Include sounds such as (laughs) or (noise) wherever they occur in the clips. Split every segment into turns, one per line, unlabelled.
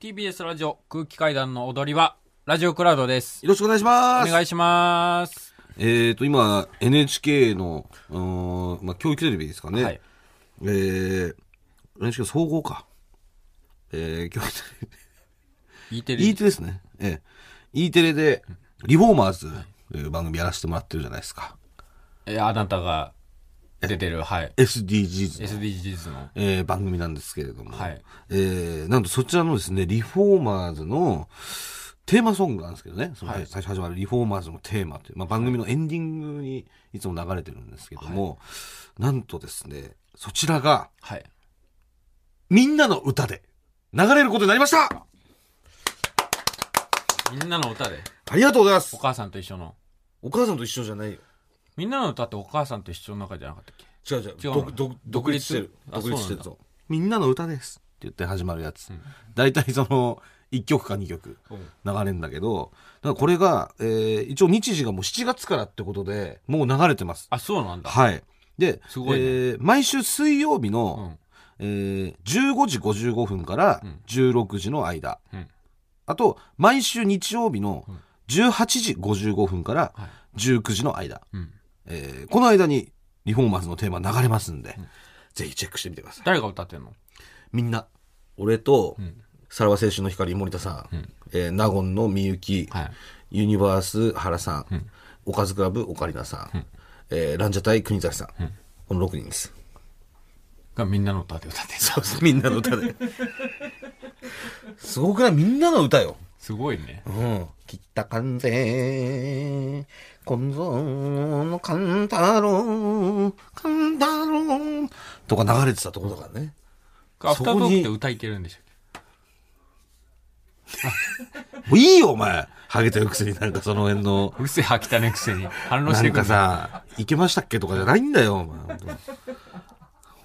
TBS ラジオ空気階段の踊り場、ラジオクラウドです。
よろしくお願いしま
お
す。
願いします。
えっ、と、今、NHK の、うーんまあ、教育テレビですかね。
はい
えー、NHK の総合か。えー、教育テレビ
E テレ
E テレですね。ええ E テレで、リフォーマーズという番組やらせてもらってるじゃないですか。
えあなたが出てる、はい。
SDGs の、
SDGs の。
えー番組なんですけれども。
はい
えー、なんとそちらのですね、リフォーマーズのテーマソングなんですけどね、その最初始まるリフォーマーズのテーマという、まあ、番組のエンディングにいつも流れてるんですけども、なんとですね、そちらが
はい。
みんなの歌で流れることになりました
みんなの歌で。
ありがとうございま
お
す
母さんと一緒の。
お母さんと一緒じゃないよ。
みんなの歌ってお母さんと一緒の中じゃなかったっけ
違う違う。
違うの
独独独立してる。
あ
独立してる
そう
ぞ。みんなの歌ですって言って始まるやつ。大体その1曲か2曲流れるんだけど、だからこれが、えー一応日時がもう7月からってことで、もう流れてます。
あ、そうなんだ。
はい。で、
すごいね
えー毎週水曜日
う
の、
ん。
えー15時55分から
うん
16時の間。
うん。
あと、毎週日曜日の
うん
18時55分から
はい。
19時の間。
うん。
えーこの間にリフォーマーズのテーマ流れますんで、ぜひチェックしてみてください。
誰が歌ってんの
みんな、俺と、
ん
さらば青春の光森田さん、えー納言のみゆき、
はい。
ユニバース原さん、おかずクラブオカリナさん、えーランジャタイ国崎さん、この6人です。 (laughs)
がみんなの歌で歌ってんの
そうそうみんなの歌で。すごくないみんなの歌よ。
すごいね。
うん。北関西、今度のカンタロウ、カンタロウとか流れてたところだからね。
アフタートークって
そこに
歌いけるんでしょ
もういいよ、お前。ハゲてるくせになんかその辺の、
うるせえ、吐きたねくせに。反論し
な
て
ん
く
か
るさ。
さ、いけましたっけとかじゃないんだよ、お前。本当に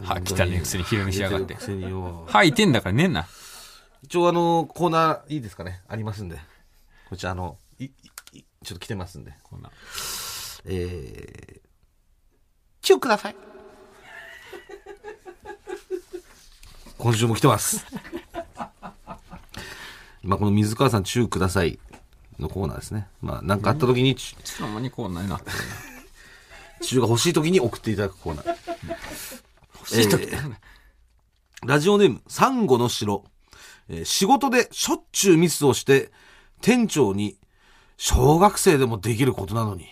吐きたねくせに昼寝しやがっ
ハゲて
て
るく。せによ
吐いてんだからねんな。
一応あの、コーナーいいですかねありますんで。こちらあの、い、いいちょっと来てますんで。
こんな。
えー、チューください。今週も来てます。まあこの水川さん、チューくださいのコーナーですね。まあなんかあった時に、チュ
いつの間にこうないなって。
チューが欲しい時に送っていただくコーナー。
欲しい時ってなんだ
ラジオネーム、サンゴの城。えー仕事でしょっちゅうミスをして、店長に、小学生でもできることなのに、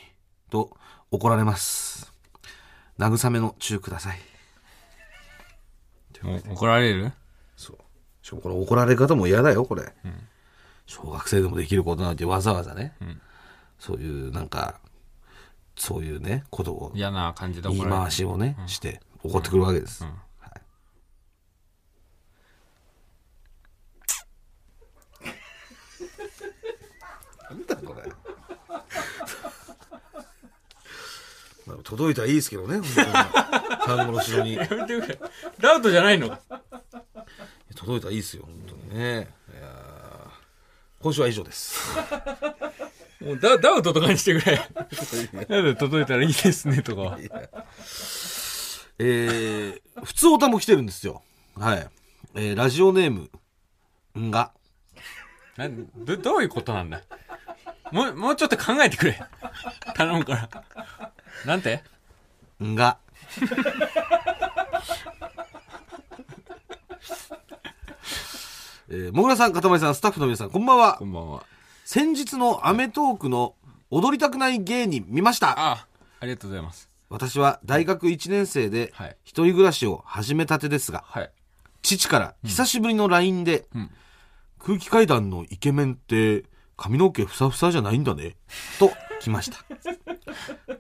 と怒られます。慰めのチューください。
もう怒られる
そう。しかもこの怒られ方も嫌だよ、これ。小学生でもできることなんてわざわざね、そういう、なんか、そういうね、ことを、
嫌な感じで
言
怒
い
られ
回
る。
しをね、して怒ってくるわけです。
ん
はい (laughs) なんだこれ。 (laughs) まあ届いたらいいですけどね、本当にサンゴの城に。
やめてくれ。ラウトじゃないの
届いたらいいですよ、本当にね。いやー今週は以上です。 (laughs)
もうダダウトとかにしてくれ。ダウト届いたらいいですねとかは。
えー、普通オタも来てるんですよ。はい。えー、ラジオネーム、んが。
なんどどういうことなんだもう、もうちょっと考えてくれ。頼むから。なんて
んが。えー、もぐらさん、かたまりさん、スタッフの皆さん、こんばんは
こ。んばんは。
先日のアメトークの踊りたくない芸人見ました。
ああ、ありがとうございます。
私は大学1年生で
はい、
一人暮らしを始めたてですが、
はい。
父から久しぶりの LINE で、
うん
空気階段のイケメンって髪の毛ふさふさじゃないんだね、と来ました。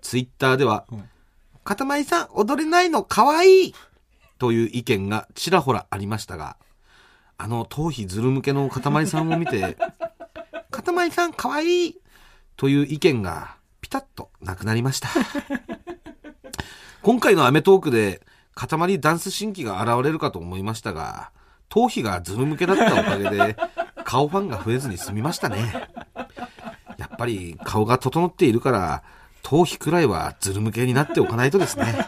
ツイッターでは、
ん
かたまりさん踊れないのかわいいという意見がちらほらありましたが、あの頭皮ずるむけのかたまりさんを見て、かたまりさんかわいいという意見がピタッとなくなりました。今回のアメトークで、塊ダンス新規が現れるかと思いましたが、頭皮がズル向けだったおかげで、 (laughs) 顔ファンが増えずに済みましたね。やっぱり顔が整っているから、頭皮くらいはズル向けになっておかないとですね。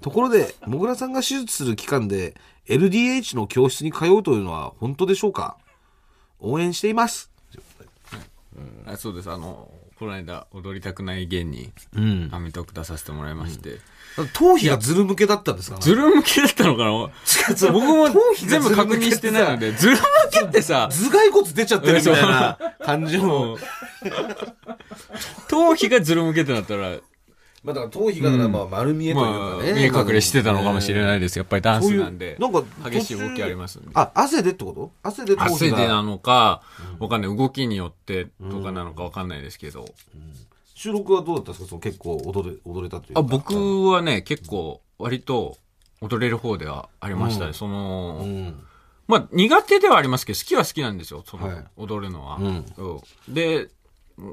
ところで、もぐらさんが手術する期間で LDH の教室に通うというのは本当でしょうか応援しています。
あそうですあのこの間踊りたくない芸人
うん。
アメトーク出させてもらいまして、
頭皮がズル向けだったんですか
ズル向けだったのかな僕も全部確認してないの。でズル向けってさ
頭蓋骨出ちゃってるみたいな感じの。
頭皮がズル向けってなったら
まあだから頭皮がだからまあ丸見えという
ま
か
あ
ね。
見え隠れしてたのかもしれ
い。
ないですやっぱりダン
そう
ス
いう
なんで
なんか
激しい動きありますんで
あ、汗でってこと汗で頭皮が。
汗でなのか、わかんない。動きによってとかなのかわかんないですけど。
収録はどうだったんですかその結構踊れ、踊れたというか。
あ、僕はね、結構、割と、踊れる方ではありましたね。その、
うん。
まあ、苦手ではありますけど、好きは好きなんですよ。その、
はい
踊るのは、
うん
うんで、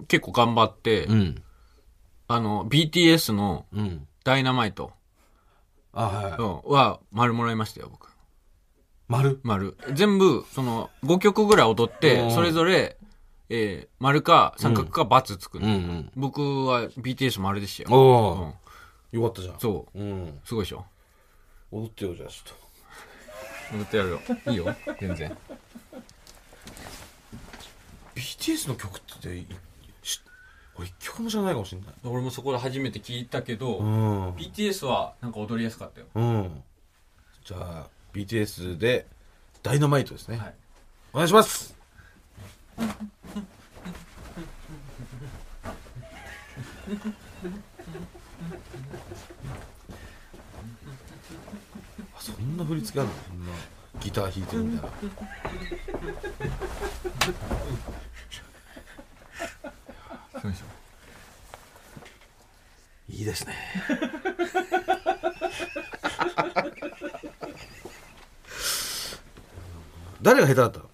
結構頑張って、
うん。
あの、BTS の
うん。
ダイナマイト、
あ、はい。
うんは、丸もらいましたよ、僕。
丸。
丸。全部、その、5曲ぐらい踊っ
う
て、
ん
それぞれ、えー丸か三角か×つくの、
ん
僕は BTS 丸でしたよ。
お
う
ー
ん
よかったじゃん。。
そう
うん。
う。すごいでしょ
踊ってよ、じゃあちょっと。
踊ってやるよ。いいよ。全然。
BTS の曲っていし俺一曲も知らないかもしれない
俺もそこで初めて聞いたけど、
ん
BTS はなんか踊りやすかったよ。
うんじゃあ BTS で「ダイナマイト」ですね、
はい
お願いしますあそんな振り付けあるのそんなギター弾いてるみたいな
そうでしょ。
いいですね。誰が下手だったの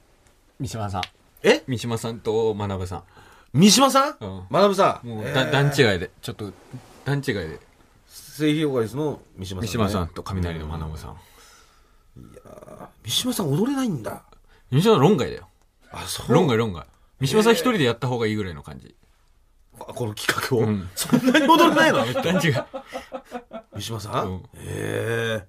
三島さん。
え
三島さんと学さ
三島さん、
うん
学さ
ん。
ん
もう、
えー
だ段違いで、ちょっと、段違いで。
正義オガリスの三島さん、
三島さんと雷の学さん。
三島さん踊れないんだ。
三島さん論外だよ。
あ、そう。
論外論外。三島さん一人でやった方がいいぐらいの感じ。
あこの企画を、
うん
そんなに踊れないのあの人
段違い。
三島さん、
うん
ええ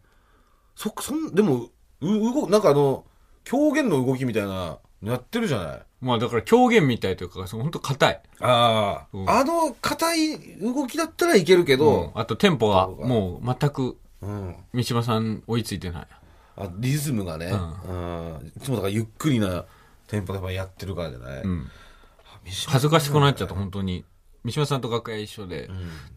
そっかそんでもう動なんかあの狂言の動きみたいなのやってるじゃない
まあだから狂言みたいというか、その本当硬い。
ああ、
うん
あの硬い動きだったらいけるけ
う
ど
ん、あとテンポがもう全く
うん、
三島さん追いついてない。
あリズムがね、
う
うん、いつもだからゆっくりなテンポでやっぱやってるからじゃない、
うん。
三島
恥ずかしくなっちゃった、本当に。三島さんと楽屋一緒で、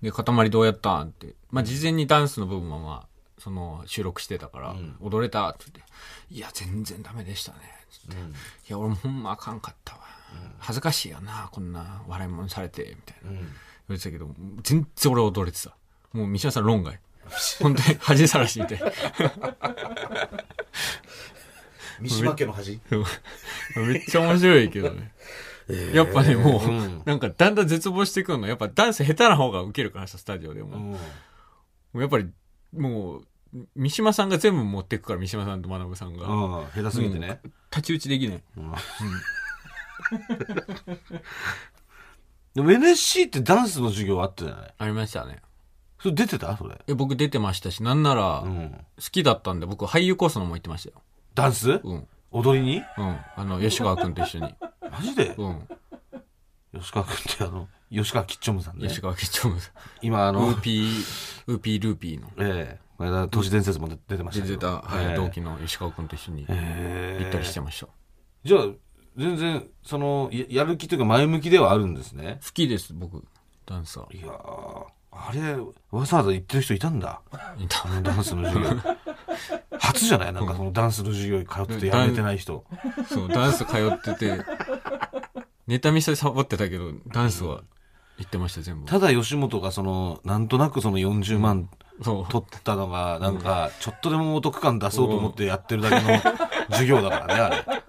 で、塊どうやったんって。まあ、事前にダンスの部分はまあ、その、収録してたから、踊れたって言って、いや、全然ダメでしたね。つって、いや、俺もほんまあかんかったわ。恥ずかしいよな、こんな笑い物されて、みたいな。言われてたけど、全然俺踊れてた。もう三島さん論 (laughs) 外。本当に恥さらしみたい。
三島家の恥
めっちゃ面白いけどね。やっぱね、もう、なんかだんだん絶望してくるの。やっぱダンス下手な方がウケるからさ、スタジオでも。もうやっぱり、もう、三島さんが全部持ってくから、三島さんと学さんが。
ああ下手すぎてね、
太刀打ちできない。
でも NSC ってダンスの授業あったじゃない
ありましたね。
それ出てたそれ、
え僕出てましたし、なんなら、
う
好
ん、
きだったんで、僕俳優コースのも行ってましたよ。
ダンス
うん。
踊りに
うん。あの、吉川くんと一緒に。
マジで
うん。
吉川君ってあの吉川キッチョムさんね
吉川吉兆さ
今あ
ん。ウ
の
ーピー、ウーピールーピーの。
ええこの間都市伝説も出出てました
出
けど
てた、はい
ええ
同期の吉川くんと一緒に行
ええ
ったりしてました。
じゃあ全然そのややる気というか前向きではあるんですね
好きです、僕、ダンサー。
いやーあれわざわざ言ってる人いたんだ
いた
あのダンスの授
(laughs)
業初じゃないなんかそのダンスの授業に通っててやめてない人
そう、ダンス通ってて、ネタ見せサボってたけど、ダンスは行ってました、全部。
ただ吉本がそのなんとなくその40万
そう。
取ったのがなんかちょっとでもお得感出そうと思ってやってるだけの授業だからねあ
(laughs)
れ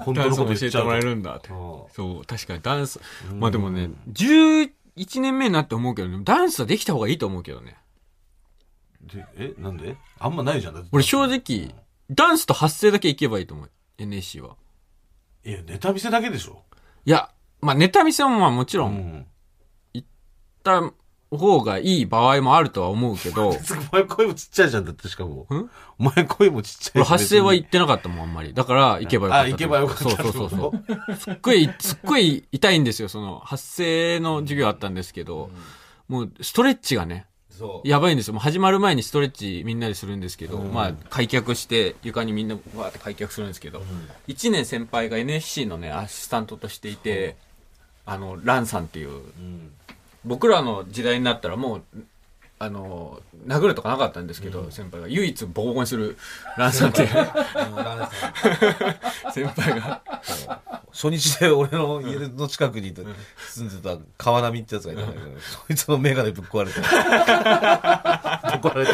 本当
ダ
の
ンス
こと
も
言っ
教え
ち
て
ゃ
もらえ
う
るんだって。
と
そう、確かにダンス。まあでもね、11年目になって思うけどね、ダンスはできた方がいいと思うけどね。
でえなんであんまないじゃんだって
俺正直、ダンスと発声だけ行けばいいと思う。NSC は。
いやネタ見せだけでしょ
いや、まあネタ見せもまあもちろ、
うんん
た方がいい場合もあるとは思うけ
(laughs)
ど、
(laughs) お前声もちっちゃいじゃんだってしかも。
ん
お前声もちっちゃい
俺
し。
発声は
別に
言ってなかったもん、あんまり。だから、行けばよかった。
あ行けばよかった
そうそうそうそう。すっごい、すっごい痛いんですよ、その、発声の授業あったんですけど、もう、ストレッチがね、
そう。
やばいんですよ。もう始まる前にストレッチみんなでするんですけど、まあ、開脚して、床にみんなわーって開脚するんですけど、一1年先輩が NSC のね、アシスタントとしていて、あの、ランさんっていう、
うん
僕らの時代になったらもう、あの、殴るとかなかったんですけど、先輩が唯一ボコボコにするランさんっていう
あのランさん
(laughs) 先輩が。
初日で俺の家の近くにいて住んでた川波ってやつがいたんだけど、そいつの眼鏡ぶっ壊れて。ぶっ壊れて。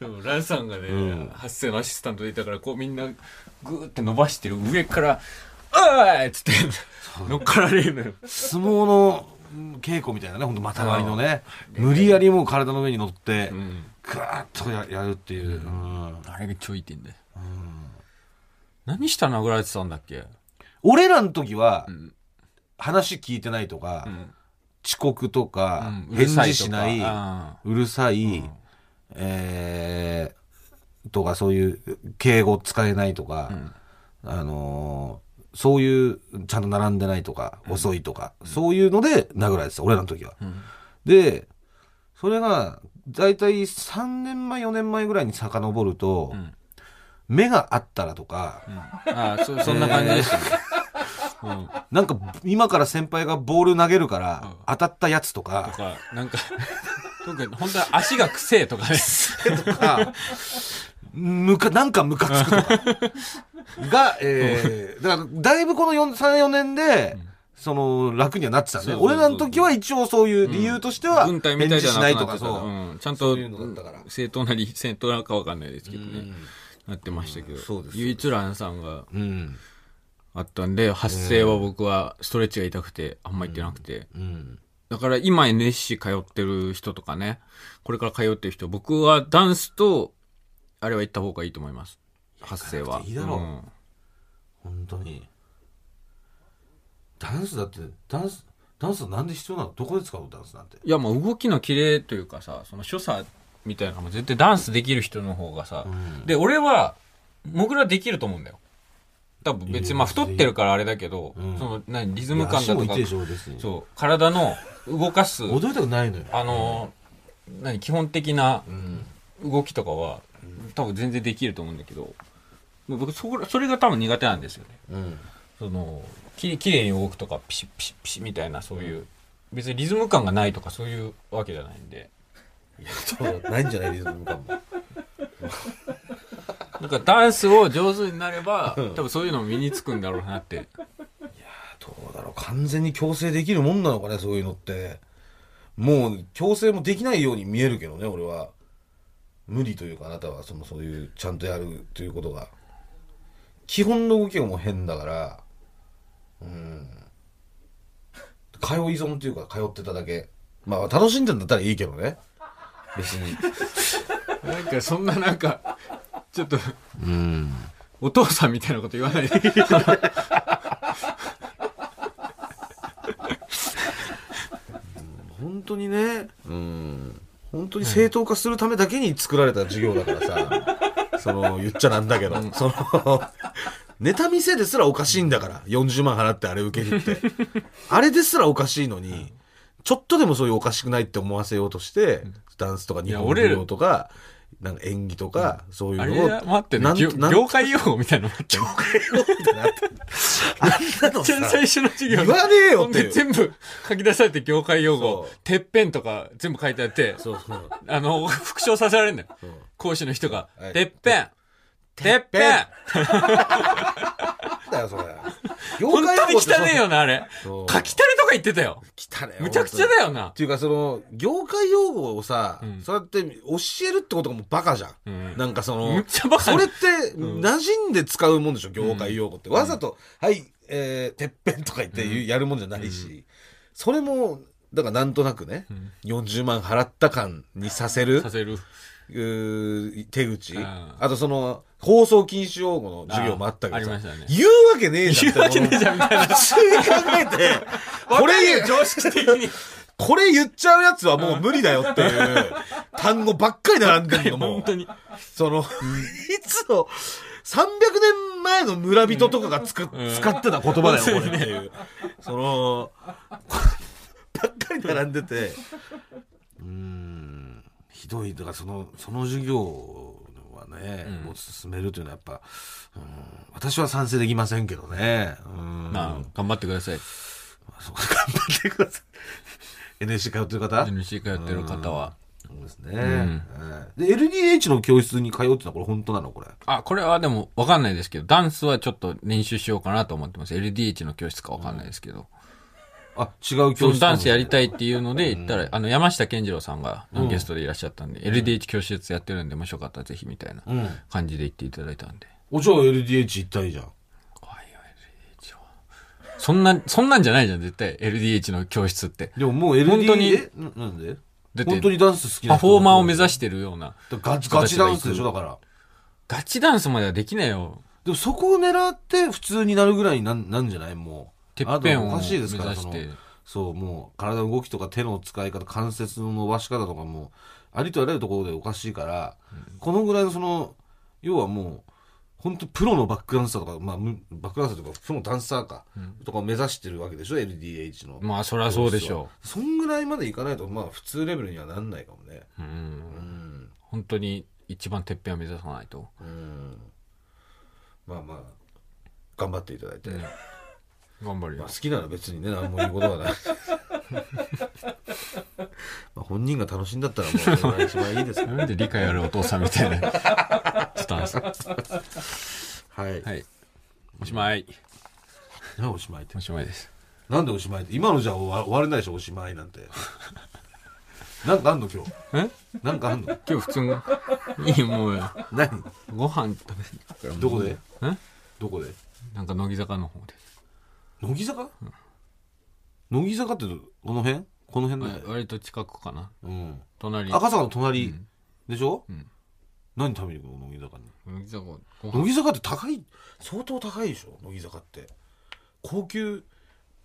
そう、ランさんがね、
ん
発声のアシスタントでいたから、こうみんなグーって伸ばしてる上から、おいっつって、乗っかられるのよ。
相撲のうん稽古みたいなね、ほんと股割りのね、無理やりもう体の上に乗って、ぐわーっとややるっていう。うん
あれが超痛いんだよ。何したら殴られてたんだっけ
俺らの時は
ん、
話聞いてないとか、
ん
遅刻とか、
うんう
返
るさい
事
とか
しない、
う
うるさい、えーとかそういう敬語使えないとか、あのーそういうちゃんと並んでないとか、遅いとか、そういうので殴られてた俺らの時は。でそれが大体3年前4年前ぐらいに遡ると、
ん
目があったらとか、
ああ、そ、 (laughs) そんな感じでしたね。うん。と
なんか今から先輩がボール投げるから当たったやつとか、
か、なん (laughs) か、特に本当は足が臭えとかね。
とか、むか、なんかムカつくとか。が、えー、だから、だいぶこの4 3、4年で、その、楽にはなってたん
そうそ
で、
うそう
俺らの時は一応そういう理由としては、
軍隊
返
みたい
事
じゃ
しない
な
と
くなっ
か、
てた。
そう。
うん。ちゃんと、
そういうのだったから
正当なり、正当なのかわかんないですけどね。なってましたけど。
そうです
唯一欄さんが
うん。
あったんで、発声は僕はストレッチが痛くて、あんま行ってなくて。
うん。
だから今 NSC 通ってる人とかね、これから通ってる人、僕はダンスと、あれは行った方がいいと思います。発声
行かな
は。
くていいだろうん本当に。ダンスだって、ダンス、ダンスなんで必要なのどこで使うのダンスなんて。
いや、もう動きの綺麗というかさ、その所作みたいなのも絶対ダンスできる人の方がさ、で、俺は、僕らできると思うんだよ。多分別に、まあ太ってるからあれだけど、
ん
その、何、リズ
い
ム
や
感
足
だ
も
と
痛
か
い、でしょ、別に。
そう、体の動かす、
踊りたくないのよ。
あのー何基本的な動きとかは、多分全然できると思うんだけどもう僕そこらそれが多分苦手なんですよね
うん。
そのきれきれいに動くとかピシッピシッピシッみたいなそういう、別にリズム感がないとかそういうわけじゃないんで
そうだないんじゃないリズム感も。
なんかダンスを上手になれば多分そういうのも身につくんだろうなって
どうだろう完全に強制できるもんなのかねそういうのってもう強制もできないように見えるけどね俺は無理というかあなたはそのそういうちゃんとやるということが基本の動きがもう変だからうん通い依存というか通ってただけまあ楽しんでんだったらいいけどね別に
(laughs) なんかそんななんかちょっと
うん
お父さんみたいなこと言わないで
本当にねうん本当に正当化するためだけに作られた授業だか
(laughs)
らさその言っちゃなんだけど、そのネタ見せですらおかしいんだから40万払ってあれ受けるってあれですらおかしいのにちょっとでもそういうおかしくないって思わせようとして、ダンスとか日本舞踊とかなんか演技とか、そうい
あ
う
れ
のを
待ってね
なん
業
なん
業界用語みたいなのあったよ
(laughs) あんなの
一 (laughs) 番
さ
最初の授業
言わねえよって
で全部書き出されて業界用語
そ、
てっぺんとか全部書いてあって、
そうそう
あの、復唱させられるんだよ。講師の人が
は、い
てっぺんてっぺん
なんだよそれ
本当に
(laughs)
汚ねえ
よ
よな、あれ。
そ
書
う
きたりとか言ってたよ。
汚ねえ
むちゃくちゃだよ
っ
な。
ていうかその業界用語をさ、
ん
そうやって教えるってことがもうバカじゃん、
うん
なんかそ
む
の
っちゃバカ
そ
だ
れって馴染んで使うもんでしょ業界用語って、わざと「はい、えー、てっぺん」とか言って言うやるもんじゃないし、それもだからなんとなくね、40万払った感にさせる
させる。
うー手口、
うん
あとその放送禁止用語の授業もあったけど
ああり
さ
ましたね
言うわけねえじゃん
言うわけねえじゃん、みたいな。
普通に考えてこれ言う
常識的に。
これ言っちゃうやつはもう無理だよっていう単語ばっかり並んでるの、も
本
う
当。に。
その、いつの、300年前の村人とかがつく、使ってた言葉だよ、これっていう。その、ばっかり並んでて。うーん、ひどい。だからその、その授業はね、
うん
もう進めるというのはやっぱ、うん、私は賛成できませんけどね。うん。
まあ、頑張ってください。
そう頑張ってください。NSC 通ってる方
NC 通ってる方は。
そうですね。うんで、LDH の教室に通うってのはこれ本当なのこれ。
あ、これはでもわかんないですけど、ダンスはちょっと練習しようかなと思ってます。LDH の教室かわかんないですけど。
あ、違う
そ
教
の
室。
ダンスやり
い。
たいっていうので言ったら、あの、山下健二郎さんがゲストでいらっしゃったんで、LDH 教室やってるんで、もしよかったらぜひみたいな
うん。
感じで言っていただいたんで。
お、じゃあ LDH 行ったらいいじゃん。
怖いよ、LDH は。そんな、そんなんじゃないじゃん、絶対。LDH の教室って。
でももう LDH、
本当に
えななんで
だって
本当にダンス好きな
パ
人
フォーマーを目指してるような。
だからガチ、ガチダンスでしょ、だ
ら。
から。
ガチダンスまではできないよ。
でもそこを狙って普通になるぐらいになんなんじゃないもう。
てっぺん
あと
を
お
目
かしいで
指
すから、
し
その
て。
そう、もう体の動きとか手の使い方、関節の伸ばし方とかも、ありとあらゆるところでおかしいから、このぐらいのその、要はもう、本当プロのバックダンサーとか、まあ、むバックダンサーとか、プロのダンサーか、とかを目指してるわけでしょ、LDH の。
まあ、そりゃそうでしょ
そんぐらいまでいかないと、まあ、普通レベルにはなんないかもね。
う。うん
う。ん。
本当に一番てっぺんを目指さないと。
うん。まあまあ、頑張っていただいて。
頑張る
ま
よ
あ、好。きなら別にね何も言うことはない (laughs) まあ本人が楽しいんだったらもうそれが一番いいですけど
なんで理解あるお父さんみた
(laughs)
いなスタンス。は
はい、
い。おしまい。
なんでおしまいって
おしまいです。
なんでおしまいって今のじゃ終わ終われないでしょおしまいなんて (laughs) なんかあんの今日
え
なんかあんの
今日普通の、 (laughs) いいもう、
何
ご飯食べに
どこで
え
どこで
なんか乃木坂の方で。
乃木坂、乃木坂ってどこの辺この辺だよね、
割と近くかな。
うん、
隣。
赤坂の隣、でしょ、
ん
何食べに行くの乃木坂に
乃木坂、ご飯。
乃木坂って高い相当高いでしょ乃木坂って高級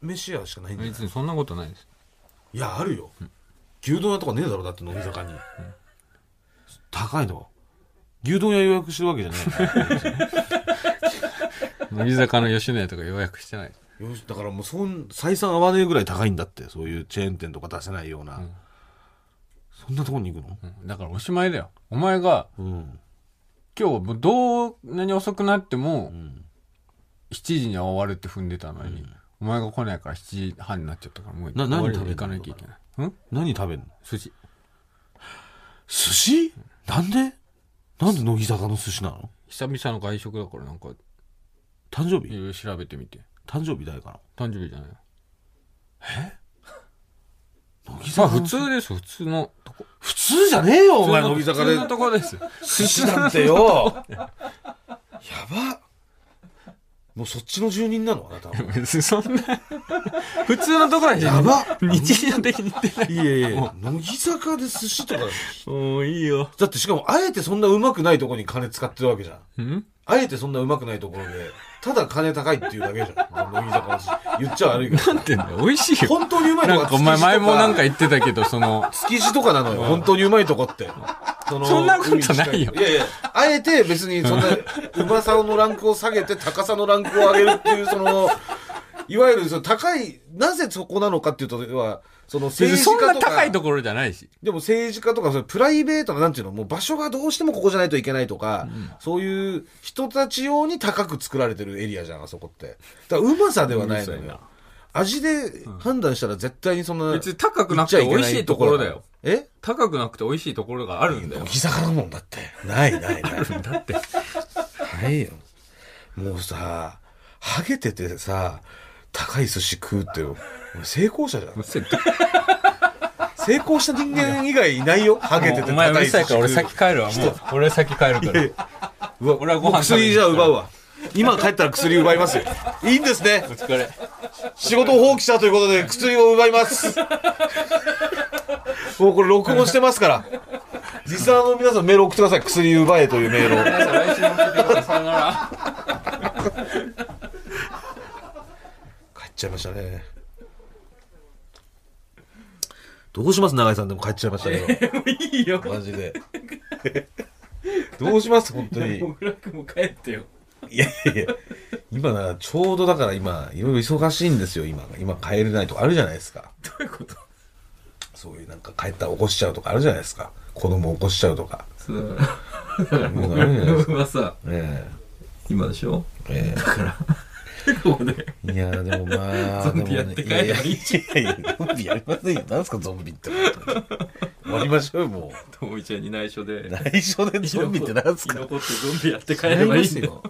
飯屋しかないんじゃない
別にそんなことないです。
いやあるよ、牛丼屋とかねえだろだって乃木坂に、高いの牛丼屋予約してるわけじゃない
乃木坂の吉野家とか予約してない。
よ (laughs) しだからもうそん採算合わねえぐらい高いんだってそういうチェーン店とか出せないような、
ん
そんなとこに行くの
うんだからおしまいだよ。お前が、
うん、
今日もうどんなに遅くなっても
う、ん、
7時には終わるって踏んでたのに、お前が来ないから7時半になっちゃったからもう
な
終
何
わりに
食べ
行
た
か
の
なきゃいけないん
何食べるの
寿司
寿司なんでなんで乃木坂の寿司なの
久々の外食だからなんか
誕生
い
日
ろいろ調べてみて
誕生日誰か
誕生日じゃないま
な乃木
あ
坂
普
の
通です普通のとこ
普通じゃねえよお前乃木坂
普
で
通のとこです
寿司なんてよやばもうそっちの住人なのあなたは
別にそんな普通のとこだし
やば
日常的に行ってない
いやいやいや乃木坂で寿司とか
も (laughs) ういいよ
だってしかもあえてそんなうまくないとこに金使ってるわけじゃん
ん
あえてそんなうまくないところでただ金高いっていうだけじゃん
(laughs)
乃木坂の寿司言っちゃ悪いけど
なんてんだよ美味しいよ
本当にうまいと
な
こ
ん
は
かお前
築地と
前もなんか言ってたけどその
築地とかなのよ、本当にうまいとこって。その
そんなことないよ
いやいや、あえて別にそんな、うまさのランクを下げて高さのランクを上げるっていう、その、いわゆるその高い、なぜそこなのかっていうと、要は、その
別に
政治
そん
家
な
とか、
高いところじゃないし
でも政治家とか、それプライベートな、なんていうの、もう場所がどうしてもここじゃないといけないとか、そういう人たち用に高く作られてるエリアじゃん、あそこって。だからうまさではな
うる
いの
さいな
よ。味で判断したら絶対にそんな、
別に高く
言
な
っ
く
ちゃ
て
いけ
美
ない
味しいところだよ
から。え
高くなくて美味しいところがあるんだよ
乃木坂だもんだってないないない
(laughs) だって
ないよもうさハゲててさ高い寿司食うってよ俺成功者じゃん成功した人間以外いないよハゲてて
お前う
高
る
い寿
さ
司
いから
食う
俺先帰るわもう俺先帰るから
うわ
俺はご飯
もう薬じゃ奪うわ今帰ったら薬奪いますよいいんですね
お疲れ
仕事を放棄したということで薬を奪い
(laughs)
ますもうこれ録音してますからリスナーの皆さんメール送ってください薬奪えというメールを
皆さん来週も来てくださいさよなら
帰っちゃいましたねどうします永井さんでも帰っちゃいましたけ
(laughs) もういいよ
ど。マジで。どうします本当
(laughs)
に。
もぐらくんも帰って (laughs) よ。
いやいやいや。今な、ちょうどだから今、いろいろ忙しいんですよ、今。今帰れないとかあるじゃないですか。
どういうこと
そういうなんか帰ったら起こしちゃうとかあるじゃないですか。子供起こしちゃうとか。
そうだから、だからも
も
ぐ
うダ
ら
メじゃないです
くんはさ、
え
今でし (laughs) ょ
ええ
だから、ここで。
えいやーでもま
(laughs)
あ。
ゾンビやって帰ればいい
でもねいやいやいや、ゾンビやりませんよ。何すかゾンビって。終わりましょうよ、も
(laughs)
う。
ともいちゃんに内緒で。
内緒でゾンビって何す
生き
か
残ってゾンビやって帰ればいいんだよ。
よ。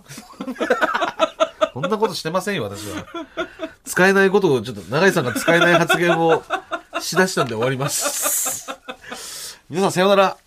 (laughs) そんなことしてませんよ、私は。使えないことを、ちょっと、永井さんが使えない発言をしだしたんで終わります。皆さん、さようなら。